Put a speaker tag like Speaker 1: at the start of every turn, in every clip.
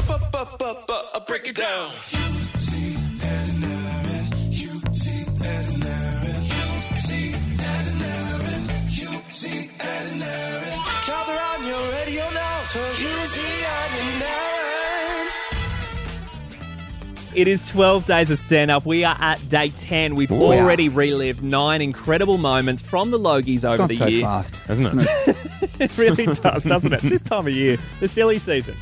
Speaker 1: up, up, up, up, break it down. Gather on your radio now for Husey and Aaron.
Speaker 2: It is 12 days of stand up. We are at day 10. We've already relived nine incredible moments from the Logies over
Speaker 3: Gone
Speaker 2: the
Speaker 3: so
Speaker 2: year.
Speaker 3: fast.
Speaker 4: Doesn't it?
Speaker 2: It really does, doesn't it? It's this time of year, the silly season.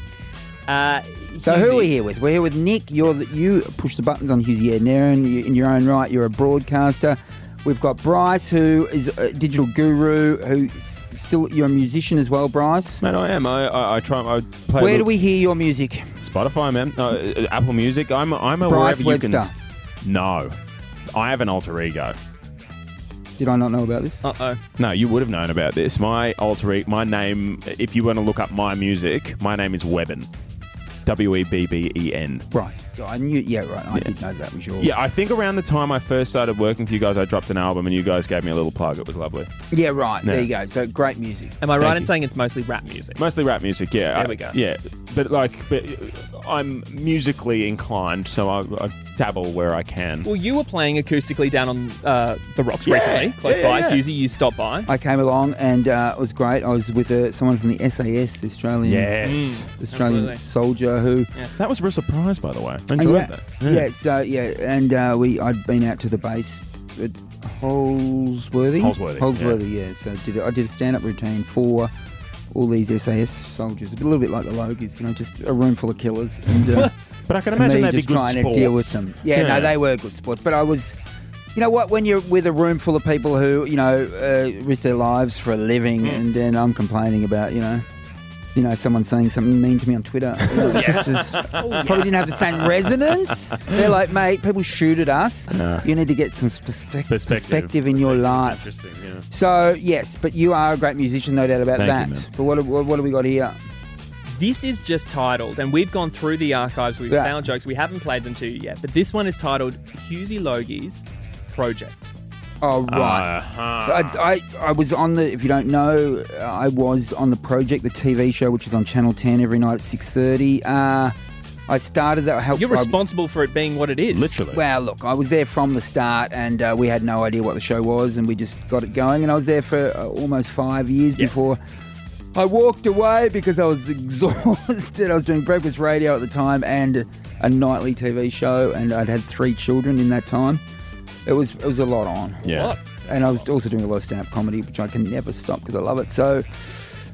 Speaker 2: Uh,
Speaker 3: So who are we
Speaker 2: Husey.
Speaker 3: here with? We're here with Nick. You're the, you push the buttons on Husey and Aaron. You, in your own right, you're a broadcaster. We've got Bryce, who is a digital guru. Who s- still you're a musician as well, Bryce.
Speaker 4: man, I am. I, I, I try. I play.
Speaker 3: Where
Speaker 4: with
Speaker 3: do we hear your music?
Speaker 4: Spotify, man. No, uh, Apple Music. I'm. I'm a
Speaker 3: Bryce
Speaker 4: wherever you
Speaker 3: Webster.
Speaker 4: can. No, I have an alter ego.
Speaker 3: Did I not know about this?
Speaker 2: Uh-oh.
Speaker 4: No, you would have known about this. My alter ego. My name. If you want to look up my music, my name is Webben. W e b b e n.
Speaker 3: Right. I knew. Yeah, right. I did know that was your.
Speaker 4: Yeah, I think around the time I first started working for you guys, I dropped an album and you guys gave me a little plug. It was lovely.
Speaker 3: Yeah, right.
Speaker 4: No.
Speaker 3: There you go. So great music.
Speaker 2: Am I right
Speaker 4: Thank
Speaker 2: in
Speaker 4: you.
Speaker 2: saying it's mostly rap music?
Speaker 4: Mostly rap music, yeah.
Speaker 2: There
Speaker 4: I-
Speaker 2: we go.
Speaker 4: Yeah, but like, but uh, I'm musically inclined, so I, I dabble where I can.
Speaker 2: Well, you were playing acoustically down on uh, the rocks
Speaker 4: Yeah,
Speaker 2: recently, close
Speaker 4: yeah, yeah,
Speaker 2: by.
Speaker 4: yeah.
Speaker 2: Husey, you stopped by.
Speaker 3: I came along and uh, it was great. I was with uh, someone from the SAS, the Australian,
Speaker 2: Mm.
Speaker 4: yes,
Speaker 3: Australian
Speaker 2: Absolutely.
Speaker 3: soldier who.
Speaker 4: that was a real surprise, by the way. I enjoyed
Speaker 3: Oh, yeah,
Speaker 4: that.
Speaker 3: yeah, so yeah, and uh, we I'd been out to the base at Holsworthy.
Speaker 4: Holsworthy,
Speaker 3: Holsworthy, yeah. So did a, I did a stand up routine for all these SAS soldiers, a little bit like the Logies, you know, just a room full of killers. And, uh,
Speaker 4: But I can
Speaker 3: and me
Speaker 4: imagine they'd be
Speaker 3: just
Speaker 4: good
Speaker 3: trying
Speaker 4: sports.
Speaker 3: to deal with them. Yeah,
Speaker 4: Yeah.
Speaker 3: no, they were good sports, but I was. You know what? When you're with a room full of people who you know uh, risk their lives for a living,
Speaker 4: Mm.
Speaker 3: and then I'm complaining about you know, you know, someone saying something mean to me on Twitter, it just was,
Speaker 4: Oh,
Speaker 3: probably didn't have the same resonance. They're like, mate, people shoot at us. You need to get some perspec- perspective, in your life.
Speaker 4: Interesting.
Speaker 3: So yes, but you are a great musician, no doubt about that.
Speaker 4: Thank you, man.
Speaker 3: but what, what what do we got here?
Speaker 2: This is just titled, and we've gone through the archives. We've
Speaker 3: Yeah.
Speaker 2: found jokes. We haven't played them to you yet, but this one is titled Husey Logie's Project.
Speaker 3: Oh right.
Speaker 4: Ah,
Speaker 3: I, I, I was on the if you don't know uh, I was on the project the TV show which is on Channel 10 every night at 6:30 uh, I started that helped
Speaker 2: You're responsible for it being what it is.
Speaker 4: Literally.
Speaker 3: well look I was there from the start and uh, we had no idea what the show was and we just got it going and I was there for uh, almost 5 years
Speaker 2: Yes.
Speaker 3: before I walked away because I was exhausted I was doing breakfast radio at the time and a nightly TV show and I'd had 3 children in that time it was it was a lot on
Speaker 4: yeah.
Speaker 2: What?
Speaker 3: and I was also doing a lot of stand-up comedy, which I can never stop because I love it. So,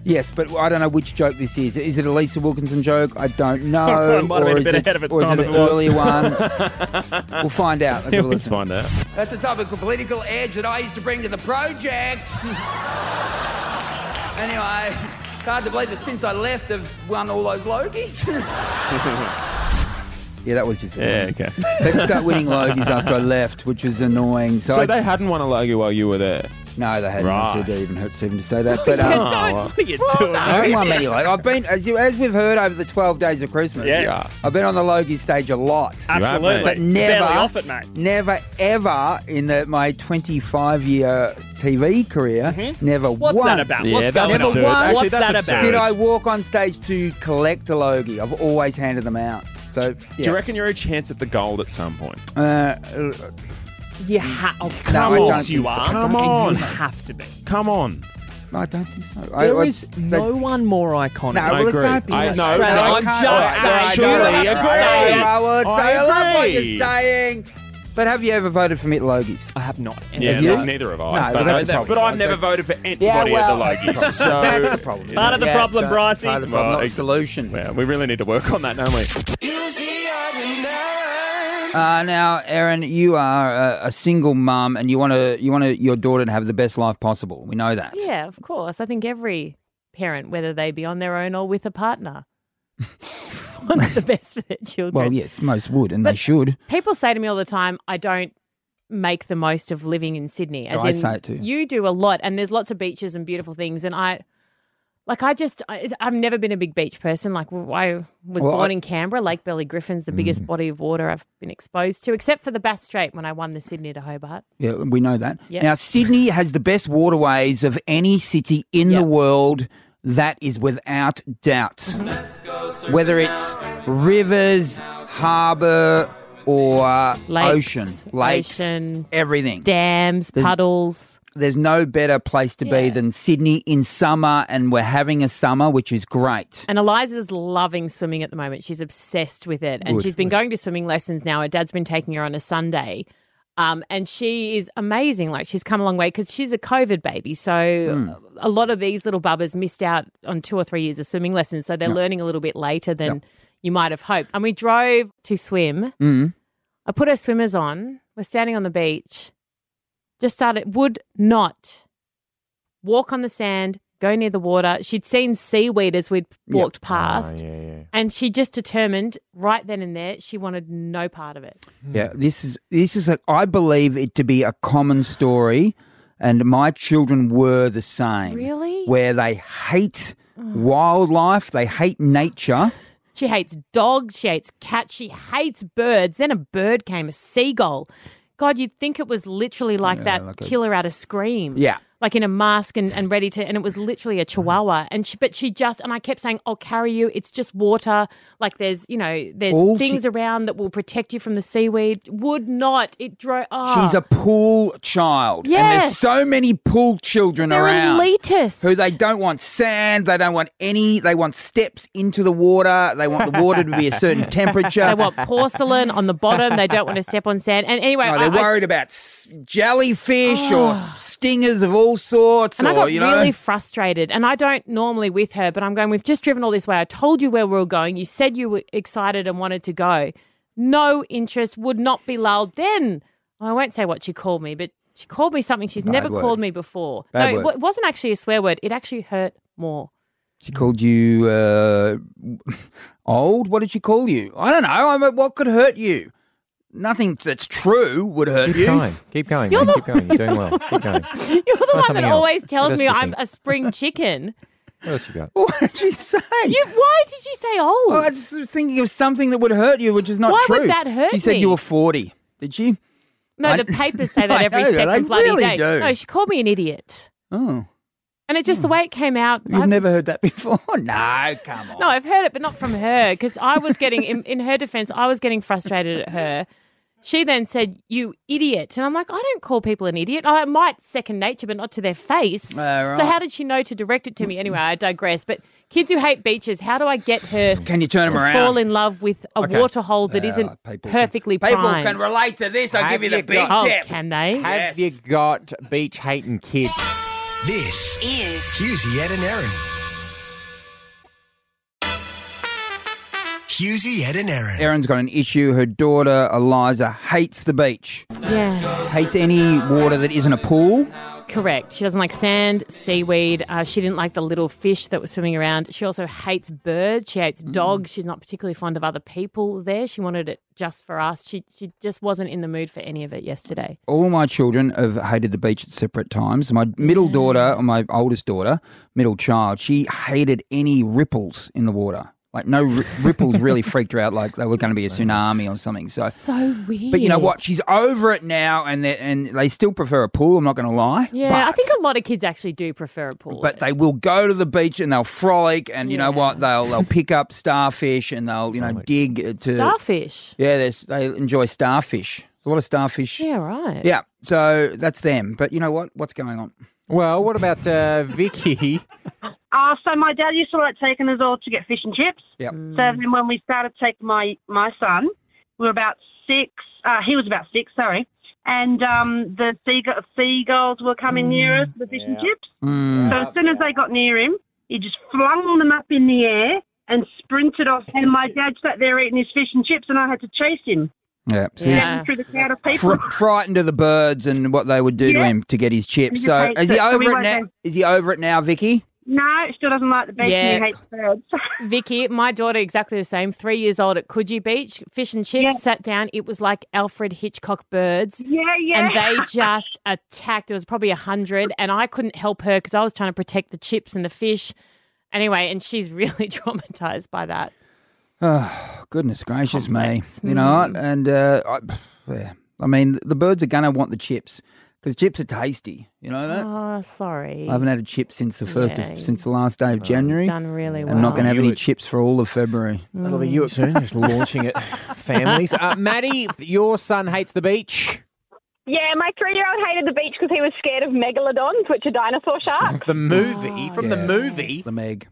Speaker 3: yes, but I don't know which joke this is. Is it a Lisa Wilkinson joke? I don't know.
Speaker 2: It might have been a
Speaker 3: is
Speaker 2: bit ahead of its
Speaker 3: or is
Speaker 2: time
Speaker 3: it
Speaker 2: if
Speaker 3: an
Speaker 2: it was.
Speaker 3: earlier one. we'll find out. Let's have a listen.
Speaker 4: Let's find out.
Speaker 3: That's the type of political edge that I used to bring to the project. anyway, it's hard to believe that since I left, they've won all those Logies. yeah, that was just
Speaker 4: Yeah, okay.
Speaker 3: They didn't start winning Logies after I left, which was annoying. So,
Speaker 4: So
Speaker 3: I,
Speaker 4: they hadn't won a logo while you were there.
Speaker 3: no, they hadn't.
Speaker 4: Right.
Speaker 3: It even hurts even to say that. But
Speaker 2: Yeah,
Speaker 3: um,
Speaker 2: don't, what are you doing?
Speaker 3: I haven't won many Logies. I've been, as, you, as we've heard over the 12 days of Christmas,
Speaker 2: Yes.
Speaker 3: I've been on the Logie stage a lot.
Speaker 2: Absolutely.
Speaker 4: mate.
Speaker 3: but
Speaker 2: Barely
Speaker 3: never,
Speaker 2: off it, mate.
Speaker 3: never, ever in the, my 25 year TV career, never
Speaker 2: Mm-hmm. What's
Speaker 3: once
Speaker 2: that about?
Speaker 4: Yeah,
Speaker 2: What's
Speaker 4: that's
Speaker 2: going
Speaker 3: absurd.
Speaker 2: on?
Speaker 3: Actually,
Speaker 2: What's
Speaker 4: that's
Speaker 2: that
Speaker 4: absurd.
Speaker 2: about?
Speaker 3: did I walk on stage to collect a Logie. I've always handed them out. So, yeah.
Speaker 4: Do you reckon you're a chance at the gold at some point?
Speaker 3: Uh, uh,
Speaker 2: You ha- oh,
Speaker 3: I
Speaker 2: come
Speaker 3: don't
Speaker 2: on,
Speaker 3: think
Speaker 2: you
Speaker 3: so.
Speaker 2: are.
Speaker 4: Come
Speaker 2: You
Speaker 4: on.
Speaker 2: have to be.
Speaker 4: Come on.
Speaker 3: I don't think so. There
Speaker 2: There is no one more iconic.
Speaker 3: No, well,
Speaker 4: agree.
Speaker 3: don't be
Speaker 4: I-
Speaker 3: like
Speaker 4: no,
Speaker 3: that.
Speaker 4: no,
Speaker 3: I
Speaker 4: I'm
Speaker 3: can't-
Speaker 2: just
Speaker 3: I
Speaker 2: saying.
Speaker 3: don't
Speaker 2: Surely
Speaker 3: have to
Speaker 2: agree.
Speaker 3: say it, I would say
Speaker 4: I
Speaker 3: I love what
Speaker 4: agree.
Speaker 3: you're saying. But have you ever voted for Mitt Logies?
Speaker 2: I have not.
Speaker 4: Yeah,
Speaker 2: And
Speaker 3: you?
Speaker 4: no, neither have I.
Speaker 3: No,
Speaker 4: but,
Speaker 3: but that's
Speaker 4: I-
Speaker 3: probably
Speaker 4: but I've
Speaker 3: right.
Speaker 4: never
Speaker 3: That's-
Speaker 4: voted for anybody
Speaker 3: well,
Speaker 4: at the Logies. So
Speaker 3: that's the problem.
Speaker 2: Part of the
Speaker 3: Yeah,
Speaker 2: problem,
Speaker 3: so-
Speaker 2: Brycey.
Speaker 3: Part of the problem,
Speaker 4: Well,
Speaker 3: not the
Speaker 4: ex-
Speaker 3: solution.
Speaker 4: Yeah, we really need to work on that, don't we?
Speaker 1: Husey and Aaron.
Speaker 3: Uh, now, Aaron, you are a, a single mum, and you want to you want your daughter to have the best life possible. We know that.
Speaker 5: Yeah, of course. I think every parent, whether they be on their own or with a partner, wants the best for their children.
Speaker 3: Well, yes, most would, and they
Speaker 5: But-
Speaker 3: should.
Speaker 5: People say to me all the time, I don't make the most of living in Sydney. As
Speaker 3: Oh, I
Speaker 5: in,
Speaker 3: say it too.
Speaker 5: You do a lot, and there's lots of beaches and beautiful things. And I, like, I just, I, it's- I've never been a big beach person. Like, w- I was
Speaker 3: Well,
Speaker 5: born
Speaker 3: I- Mm.
Speaker 5: in Canberra. Lake Burley Griffin's the biggest body of water I've been exposed to, except for the Bass Strait when I won the Sydney to Hobart.
Speaker 3: Yeah, we know that.
Speaker 5: Yeah.
Speaker 3: Now, Sydney has the best waterways of any city in
Speaker 5: Yeah.
Speaker 3: the world. That is without doubt. Whether it's rivers, harbour, or uh,
Speaker 5: Lakes,
Speaker 3: ocean, lakes,
Speaker 5: ocean,
Speaker 3: everything.
Speaker 5: Dams, puddles.
Speaker 3: There's no better place to be
Speaker 5: Yeah.
Speaker 3: than Sydney in summer, and we're having a summer, which is great.
Speaker 5: And Eliza's loving swimming at the moment. She's obsessed with it. And
Speaker 3: Good,
Speaker 5: she's been going to swimming lessons now. Her dad's been taking her on a Sunday. Um, and she is amazing. Like, she's come a long way because she's a COVID baby. So,
Speaker 3: Hmm.
Speaker 5: a lot of these little bubbers missed out on two or three years of swimming lessons. So, they're learning a little bit later than you might have hoped. And we drove to swim.
Speaker 3: Mm.
Speaker 5: I put her swimmers on. We're standing on the beach. Just started, would not walk on the sand, go near the water. She'd seen seaweed as we'd walked past.
Speaker 4: Oh, yeah, yeah.
Speaker 5: And she just determined right then and there she wanted no part of it.
Speaker 3: Yeah, this is this is a, I believe it to be a common story, and my children were the same.
Speaker 5: Really? Mm.
Speaker 3: where they hate wildlife, they hate nature.
Speaker 5: She hates dogs, she hates cats, she hates birds. Then a bird came, a seagull. God, you'd think it was literally like that killer out of Scream.
Speaker 3: Yeah.
Speaker 5: Like in a mask and, and ready to, and it was literally a
Speaker 3: Mm-hmm.
Speaker 5: chihuahua. And she, but she just, and I kept saying, I'll carry you. It's just water. Like there's, you know, there's
Speaker 3: All she-
Speaker 5: things around that will protect you from the seaweed. Would not. It drove, oh.
Speaker 3: She's a pool child, and there's
Speaker 5: Yes.
Speaker 3: so many pool children
Speaker 5: They're
Speaker 3: around.
Speaker 5: elitist.
Speaker 3: Who they don't want sand, they don't want any, they want steps into the water, they want the water to be a certain temperature.
Speaker 5: They want porcelain on the bottom. They don't want to step on sand. And anyway,
Speaker 3: No,
Speaker 5: I,
Speaker 3: Oh, they're
Speaker 5: I- Ah.
Speaker 3: worried about s- jellyfish or s- stingers of all sorts,
Speaker 5: and
Speaker 3: or
Speaker 5: I got
Speaker 3: you know,
Speaker 5: really frustrated. And I don't normally with her, but I'm going, we've just driven all this way. I told you where we were going. You said you were excited and wanted to go. No interest, would not be lulled. Then I won't say what she called me, but she called me something she's never
Speaker 3: word.
Speaker 5: called me before.
Speaker 3: Bad
Speaker 5: no, it
Speaker 3: word.
Speaker 5: wa- it wasn't actually a swear word. It actually hurt more.
Speaker 3: she called you uh, old. What did she call you? I don't know. I mean, what could hurt you? Nothing that's true would hurt you.
Speaker 6: Keep going. Keep going. Man. Keep going. You're doing well. Keep going.
Speaker 5: You're the one
Speaker 6: something
Speaker 5: that
Speaker 6: else.
Speaker 5: always tells
Speaker 6: else
Speaker 5: me
Speaker 6: you
Speaker 5: I'm
Speaker 6: think?
Speaker 5: a spring chicken.
Speaker 6: What else you got?
Speaker 3: What did you say?
Speaker 5: You, why did you say old?
Speaker 3: Well, I was just thinking of something that would hurt you, which is not
Speaker 5: Why
Speaker 3: true.
Speaker 5: would that hurt
Speaker 3: She said
Speaker 5: me?
Speaker 3: you were forty. Did she?
Speaker 5: No,
Speaker 3: I-
Speaker 5: the papers say that
Speaker 3: I
Speaker 5: every
Speaker 3: know, they
Speaker 5: second bloody
Speaker 3: really
Speaker 5: day.
Speaker 3: do.
Speaker 5: No, she called me an idiot.
Speaker 3: Oh,
Speaker 5: And it's just the way it came out.
Speaker 3: you've
Speaker 5: I've-
Speaker 3: never heard that before. No, come on.
Speaker 5: no, I've heard it, but not from her because I was getting, in, in her defense, I was getting frustrated at her. She then said, You idiot. And I'm like, I don't call people an idiot. I might second nature, but not to their face.
Speaker 3: right.
Speaker 5: So, how did she know to direct it to me? Anyway, I digress. But kids who hate beaches, how do I get her
Speaker 3: Can you turn
Speaker 5: to
Speaker 3: them around?
Speaker 5: fall in love with a waterhole that
Speaker 3: Ah,
Speaker 5: not
Speaker 3: people can-
Speaker 5: perfectly
Speaker 3: People
Speaker 5: primed?
Speaker 3: can relate to this. I'll
Speaker 6: Have
Speaker 3: give you the
Speaker 6: you
Speaker 3: big
Speaker 6: got-
Speaker 5: oh,
Speaker 3: tip.
Speaker 5: can they?
Speaker 6: Have you got beach hating kids?
Speaker 1: This
Speaker 7: is
Speaker 1: Husey, Ed, and Erin. Husey, Ed, and Erin.
Speaker 3: Erin's got an issue. Her daughter Eliza hates the beach,
Speaker 5: Yeah.
Speaker 3: hates any water that isn't a pool.
Speaker 5: Correct. She doesn't like sand, seaweed. Uh, she didn't like the little fish that were swimming around. She also hates birds. She hates dogs. She's not particularly fond of other people there. She wanted it just for us. She she just wasn't in the mood for any of it yesterday.
Speaker 3: All my children have hated the beach at separate times. My middle
Speaker 5: Mm.
Speaker 3: daughter, or my oldest daughter, middle child, she hated any ripples in the water. Like no ri ripples really freaked her out. Like they were going to be a tsunami or something. So,
Speaker 5: So weird.
Speaker 3: but you know what? She's over it now, and they- and they still prefer a pool. I'm not going to lie.
Speaker 5: Yeah, I
Speaker 3: But-
Speaker 5: think a lot of kids actually do prefer a pool.
Speaker 3: but they will go to the beach and they'll frolic and you know
Speaker 5: Yeah. Oh
Speaker 3: what they'll they'll pick up starfish and they'll you know dig uh, to
Speaker 5: starfish.
Speaker 3: yeah they they enjoy starfish a lot of starfish
Speaker 5: Yeah, right.
Speaker 3: Yeah, so that's them but you know what what's going on
Speaker 6: Well, what about uh, Vicky?
Speaker 8: Uh, so my dad used to like taking us all to get fish and chips.
Speaker 3: Yep.
Speaker 5: Mm.
Speaker 8: So then when we started taking my my son, we were about six. Uh, he was about six, sorry. And um, the seagull, seagulls were coming
Speaker 5: Mm.
Speaker 8: near us, the fish and chips.
Speaker 3: Mm.
Speaker 8: So as soon as they got near him, he just flung them up in the air and sprinted off. And my dad sat there eating his fish and chips, and I had to chase him
Speaker 3: yeah, see,
Speaker 5: Yeah.
Speaker 8: down through the crowd of people.
Speaker 3: Fr- frightened of the birds and what they would do to
Speaker 8: Yeah.
Speaker 3: him to get his chips
Speaker 8: He
Speaker 3: so
Speaker 8: hates
Speaker 3: is he
Speaker 8: it, so we
Speaker 3: over it
Speaker 8: won't
Speaker 3: now
Speaker 8: go.
Speaker 3: is he over it now Vicky
Speaker 8: no, still doesn't like the beach.
Speaker 5: Yeah.
Speaker 8: And he hates birds.
Speaker 5: Vicky, my daughter, exactly the same. Three years old at Coogee Beach, fish and chips.
Speaker 8: Yeah.
Speaker 5: Sat down. It was like Alfred Hitchcock birds.
Speaker 8: yeah, yeah.
Speaker 5: and they just attacked. There was probably a hundred, and I couldn't help her because I was trying to protect the chips and the fish. Anyway, and she's really traumatized by that.
Speaker 3: Oh, goodness gracious
Speaker 5: Mm.
Speaker 3: me. You know what? And uh, I, yeah. I mean, the birds are going to want the chips. because chips are tasty. You know that.
Speaker 5: Oh, sorry.
Speaker 3: I haven't had a chip since the first
Speaker 5: Yeah.
Speaker 3: of, since the last day of January.
Speaker 5: done really well. Mm.
Speaker 3: I'm not going to have any
Speaker 6: You-
Speaker 3: chips for all of February.
Speaker 6: That'll be you soon, just launching it. Families. Uh, Maddie, your son hates the beach.
Speaker 7: Yeah, my three-year-old hated the beach because he was scared of megalodons, which are dinosaur sharks.
Speaker 6: The movie, from the
Speaker 3: Yeah.
Speaker 6: movie.
Speaker 3: The Meg.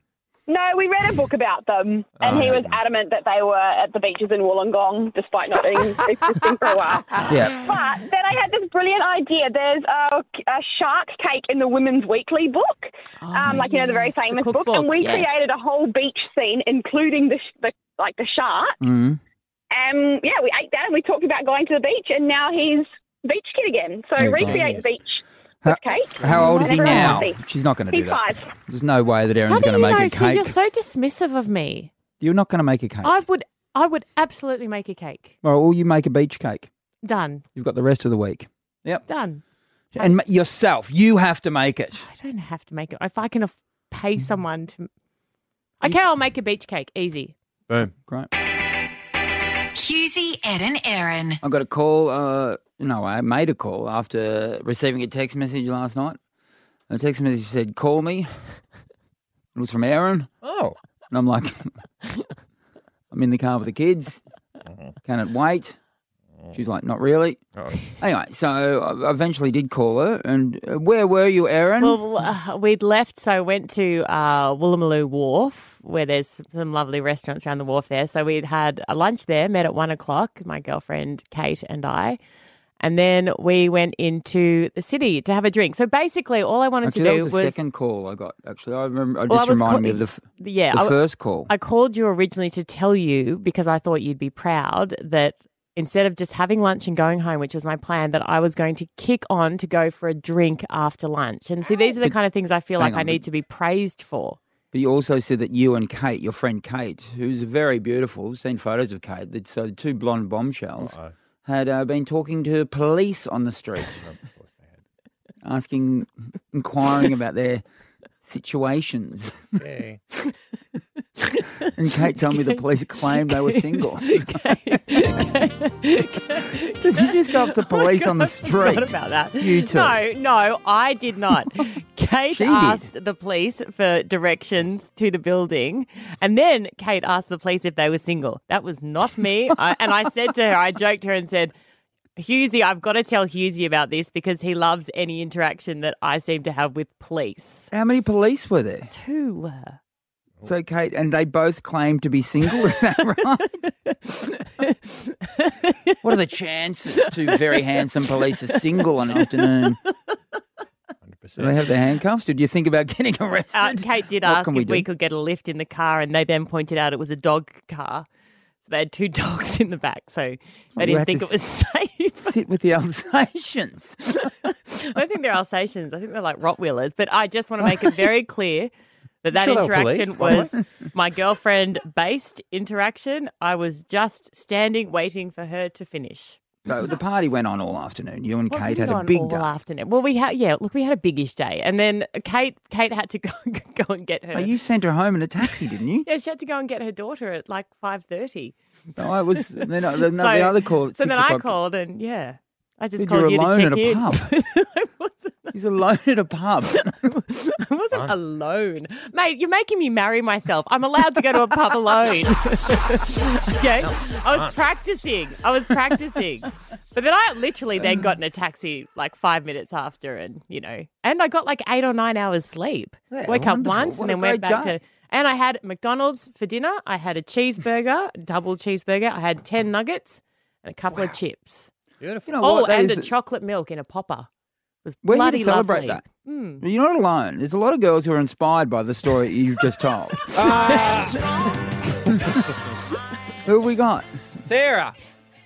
Speaker 7: no, we read a book about them, and
Speaker 3: Oh.
Speaker 7: he was adamant that they were at the beaches in Wollongong, despite not being existing for a while.
Speaker 3: Yeah.
Speaker 7: But then I had this brilliant idea. There's a, a shark take in the Women's Weekly book,
Speaker 3: Oh
Speaker 7: um, like you know the very
Speaker 5: yes, the
Speaker 7: famous book,
Speaker 5: cookbook,
Speaker 7: and we
Speaker 5: yes.
Speaker 7: created a whole beach scene, including the, sh- the like the shark.
Speaker 3: Mm.
Speaker 7: Um, yeah, we ate that and we talked about going to the beach, and now he's beach kid again. So
Speaker 3: He's
Speaker 7: recreate
Speaker 3: nice.
Speaker 7: the beach
Speaker 3: How,
Speaker 7: with cake.
Speaker 3: how old is he
Speaker 7: Everyone
Speaker 3: now?
Speaker 7: wants it.
Speaker 3: She's not going to do
Speaker 7: He's
Speaker 3: that.
Speaker 7: five.
Speaker 3: There's no way that
Speaker 5: How
Speaker 3: Erin's
Speaker 5: do
Speaker 3: going
Speaker 5: you
Speaker 3: to make
Speaker 5: know?
Speaker 3: a
Speaker 5: So you're
Speaker 3: cake.
Speaker 5: so dismissive of me.
Speaker 3: You're not going to make a cake.
Speaker 5: I would, I would absolutely make a cake.
Speaker 3: Well, or you make a beach cake.
Speaker 5: Done,
Speaker 3: You've got the rest of the week.
Speaker 5: done.
Speaker 3: And ma- yourself, you have to make it.
Speaker 5: I don't have to make it. If I can aff- pay someone to, okay, I'll make a beach cake. Easy.
Speaker 6: Boom.
Speaker 3: Great.
Speaker 9: Husey, Ed and Aaron.
Speaker 3: I got a call. Uh, no, I made a call after receiving a text message last night. The text message said, "Call me." It was from Aaron,
Speaker 6: Oh.
Speaker 3: and I'm like, "I'm in the car with the kids. Can it wait?" She's like, "Not really." Anyway, so I eventually did call her, and uh, where were you, Aaron?
Speaker 5: Well, uh, we'd left, so I went to uh, Woolloomooloo Wharf, where there's some lovely restaurants around the wharf there. So we'd had a lunch there, met at one o'clock, my girlfriend Kate and I. And then we went into the city to have a drink. So basically, all I wanted
Speaker 3: actually,
Speaker 5: to
Speaker 3: that
Speaker 5: do
Speaker 3: was the second call I got. Actually, I remember. It
Speaker 5: Well, I
Speaker 3: just
Speaker 5: was
Speaker 3: reminded
Speaker 5: call-
Speaker 3: me of the, f-
Speaker 5: yeah,
Speaker 3: the
Speaker 5: I-
Speaker 3: first call.
Speaker 5: I called you originally to tell you because I thought you'd be proud that instead of just having lunch and going home, which was my plan, that I was going to kick on to go for a drink after lunch. And see, these are the kind of things I feel
Speaker 3: Hang
Speaker 5: like I
Speaker 3: on,
Speaker 5: need to be praised for.
Speaker 3: But you also said that you and Kate, your friend Kate, who's very beautiful, we've seen photos of Kate, that- so the two blonde bombshells, had uh, been talking to police on the street. Asking, inquiring about their situations. and Kate told me the police claimed they were single. Did you just go up to police on the
Speaker 5: Forgot
Speaker 3: street?
Speaker 5: about that.
Speaker 3: You two.
Speaker 5: No, no, I did not. Kate
Speaker 3: She did.
Speaker 5: asked the police for directions to the building, and then Kate asked the police if they were single. That was not me. I, and I said to her, I joked her and said, Husey, I've got to tell Husey about this because he loves any interaction that I seem to have with police.
Speaker 3: How many police were there?
Speaker 5: Two.
Speaker 3: uh, So, Kate, and they both claimed to be single. Is that right? what are the chances two very handsome police are single on an afternoon? Do they have their handcuffs? Did you think about getting arrested?
Speaker 5: Uh, Kate did
Speaker 3: What
Speaker 5: ask
Speaker 3: can
Speaker 5: if
Speaker 3: we
Speaker 5: we,
Speaker 3: do?
Speaker 5: could get a lift in the car, and they then pointed out it was a dog car. So they had two dogs in the back, so
Speaker 3: Well, you
Speaker 5: they
Speaker 3: had
Speaker 5: didn't think
Speaker 3: to
Speaker 5: it was safe.
Speaker 3: Sit with the Alsatians.
Speaker 5: I don't think they're Alsatians. I think they're like Rottweilers. But I just want to make it very clear that that
Speaker 6: Sure they were
Speaker 5: interaction
Speaker 6: police.
Speaker 5: was my girlfriend based interaction. I was just standing waiting for her to finish.
Speaker 3: So the party went on all afternoon. You and
Speaker 5: What
Speaker 3: Kate
Speaker 5: did
Speaker 3: had a
Speaker 5: on
Speaker 3: big
Speaker 5: all
Speaker 3: day.
Speaker 5: afternoon. Well, we had yeah. Look, we had a biggish day, and then Kate Kate had to go go and get her.
Speaker 3: Oh, you sent her home in a taxi, didn't you?
Speaker 5: yeah, she had to go and get her daughter at like five thirty.
Speaker 3: No, I was. Then, I- then the other call. At
Speaker 5: So
Speaker 3: six
Speaker 5: then I
Speaker 3: o'clock.
Speaker 5: called and yeah, I just
Speaker 3: Said
Speaker 5: called
Speaker 3: you're
Speaker 5: you to
Speaker 3: alone at
Speaker 5: check
Speaker 3: a
Speaker 5: in.
Speaker 3: pub.
Speaker 5: I wasn't-
Speaker 3: He's alone at a pub.
Speaker 5: I wasn't alone. Mate, you're making me marry myself. I'm allowed to go to a pub alone. okay? I was practicing. I was practicing. But then I literally then got in a taxi like five minutes after and, you know, and I got like eight or nine hours sleep.
Speaker 3: Yeah,
Speaker 5: Woke up
Speaker 3: wonderful.
Speaker 5: once
Speaker 3: What
Speaker 5: and
Speaker 3: a
Speaker 5: then went
Speaker 3: great
Speaker 5: back
Speaker 3: day.
Speaker 5: to. And I had McDonald's for dinner. I had a cheeseburger, double cheeseburger. I had 10 nuggets and a couple of chips.
Speaker 3: You know
Speaker 5: Oh,
Speaker 3: what? That
Speaker 5: and
Speaker 3: is-
Speaker 5: a chocolate milk in a popper. It was
Speaker 3: We're here to
Speaker 5: bloody
Speaker 3: celebrate
Speaker 5: lovely.
Speaker 3: that.
Speaker 5: Mm.
Speaker 3: You're not alone. There's a lot of girls who are inspired by the story you've just told.
Speaker 5: Uh,
Speaker 3: who have we got?
Speaker 6: Sarah,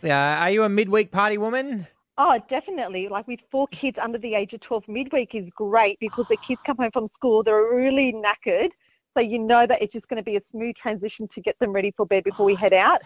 Speaker 6: uh, are you a midweek party woman?
Speaker 10: Oh, definitely. Like with four kids under the age of 12, midweek is great because the kids come home from school, they're really knackered. So you know that it's just going to be a smooth transition to get them ready for bed before
Speaker 5: Oh,
Speaker 10: we head out.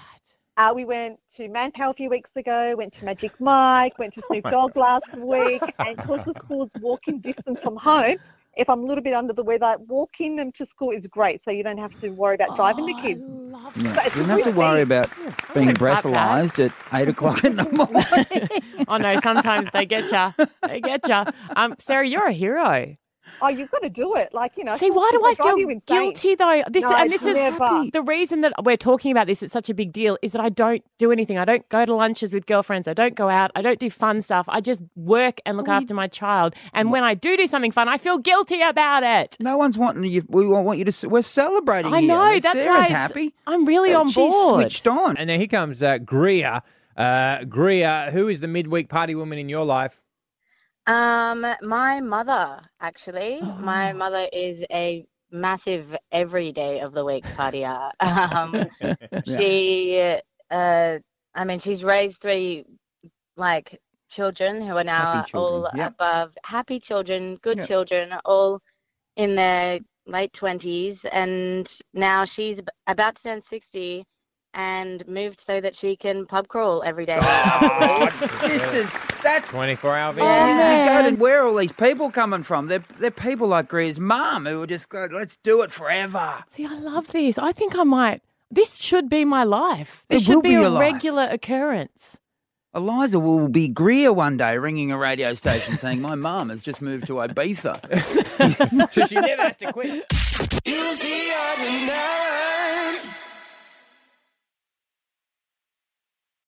Speaker 10: Uh, we went to Manpower a few weeks ago, went to Magic
Speaker 5: Oh
Speaker 10: Mike, went to Snoop Dogg last week, and because the school's walking distance from home,
Speaker 7: if I'm a little bit under the weather, walking them to school is great. So you don't have to worry about driving the kids.
Speaker 3: Yeah. You don't have to worry about being
Speaker 5: gonna clap that.
Speaker 3: breathalyzed at eight o'clock in the morning.
Speaker 5: oh no, sometimes they get you. They get you. Um, Sarah, you're a hero.
Speaker 7: Oh, you've got to do it. Like you know.
Speaker 5: See, why do
Speaker 7: they
Speaker 5: I
Speaker 7: drive
Speaker 5: feel
Speaker 7: you insane.
Speaker 5: guilty though? This
Speaker 7: No,
Speaker 5: and this
Speaker 7: it's
Speaker 5: is
Speaker 7: never.
Speaker 5: the reason that we're talking about this. It's such a big deal. Is that I don't do anything. I don't go to lunches with girlfriends. I don't go out. I don't do fun stuff. I just work and look after my child. And when I do do something fun, I feel guilty about it.
Speaker 3: no one's wanting you. We want want you to. s- We're celebrating.
Speaker 5: I
Speaker 3: here.
Speaker 5: know. That's
Speaker 3: Sarah's
Speaker 5: why it's-
Speaker 3: happy.
Speaker 5: I'm really on
Speaker 3: She's
Speaker 5: board.
Speaker 3: Uh, switched on.
Speaker 2: And then here comes uh, Greer. Uh, Greer, who is the midweek party woman in your life?
Speaker 8: Um, my mother actually. My mother is a massive every day of the week partier. Um, she, uh, I mean, she's raised three like children who are now
Speaker 3: Happy children,
Speaker 8: all
Speaker 3: yeah.
Speaker 8: above happy children, good
Speaker 3: Yeah.
Speaker 8: children, all in their late twenties, and now she's ab- about to turn sixty. And moved so that she can pub crawl every day.
Speaker 3: This is that's.
Speaker 2: 24
Speaker 5: Oh,
Speaker 2: hour video.
Speaker 8: Yeah.
Speaker 3: You go to where are all these people coming from? They're, they're people like Greer's mum who are just go, let's do it forever.
Speaker 5: See, I love this. I think I might. This should be my life. This
Speaker 3: It will
Speaker 5: should
Speaker 3: be
Speaker 5: a
Speaker 3: your life.
Speaker 5: regular occurrence.
Speaker 3: Eliza will be Greer one day ringing a radio station saying, My mum has just moved to Ibiza.
Speaker 2: so she never has to quit.
Speaker 11: Here's the other now.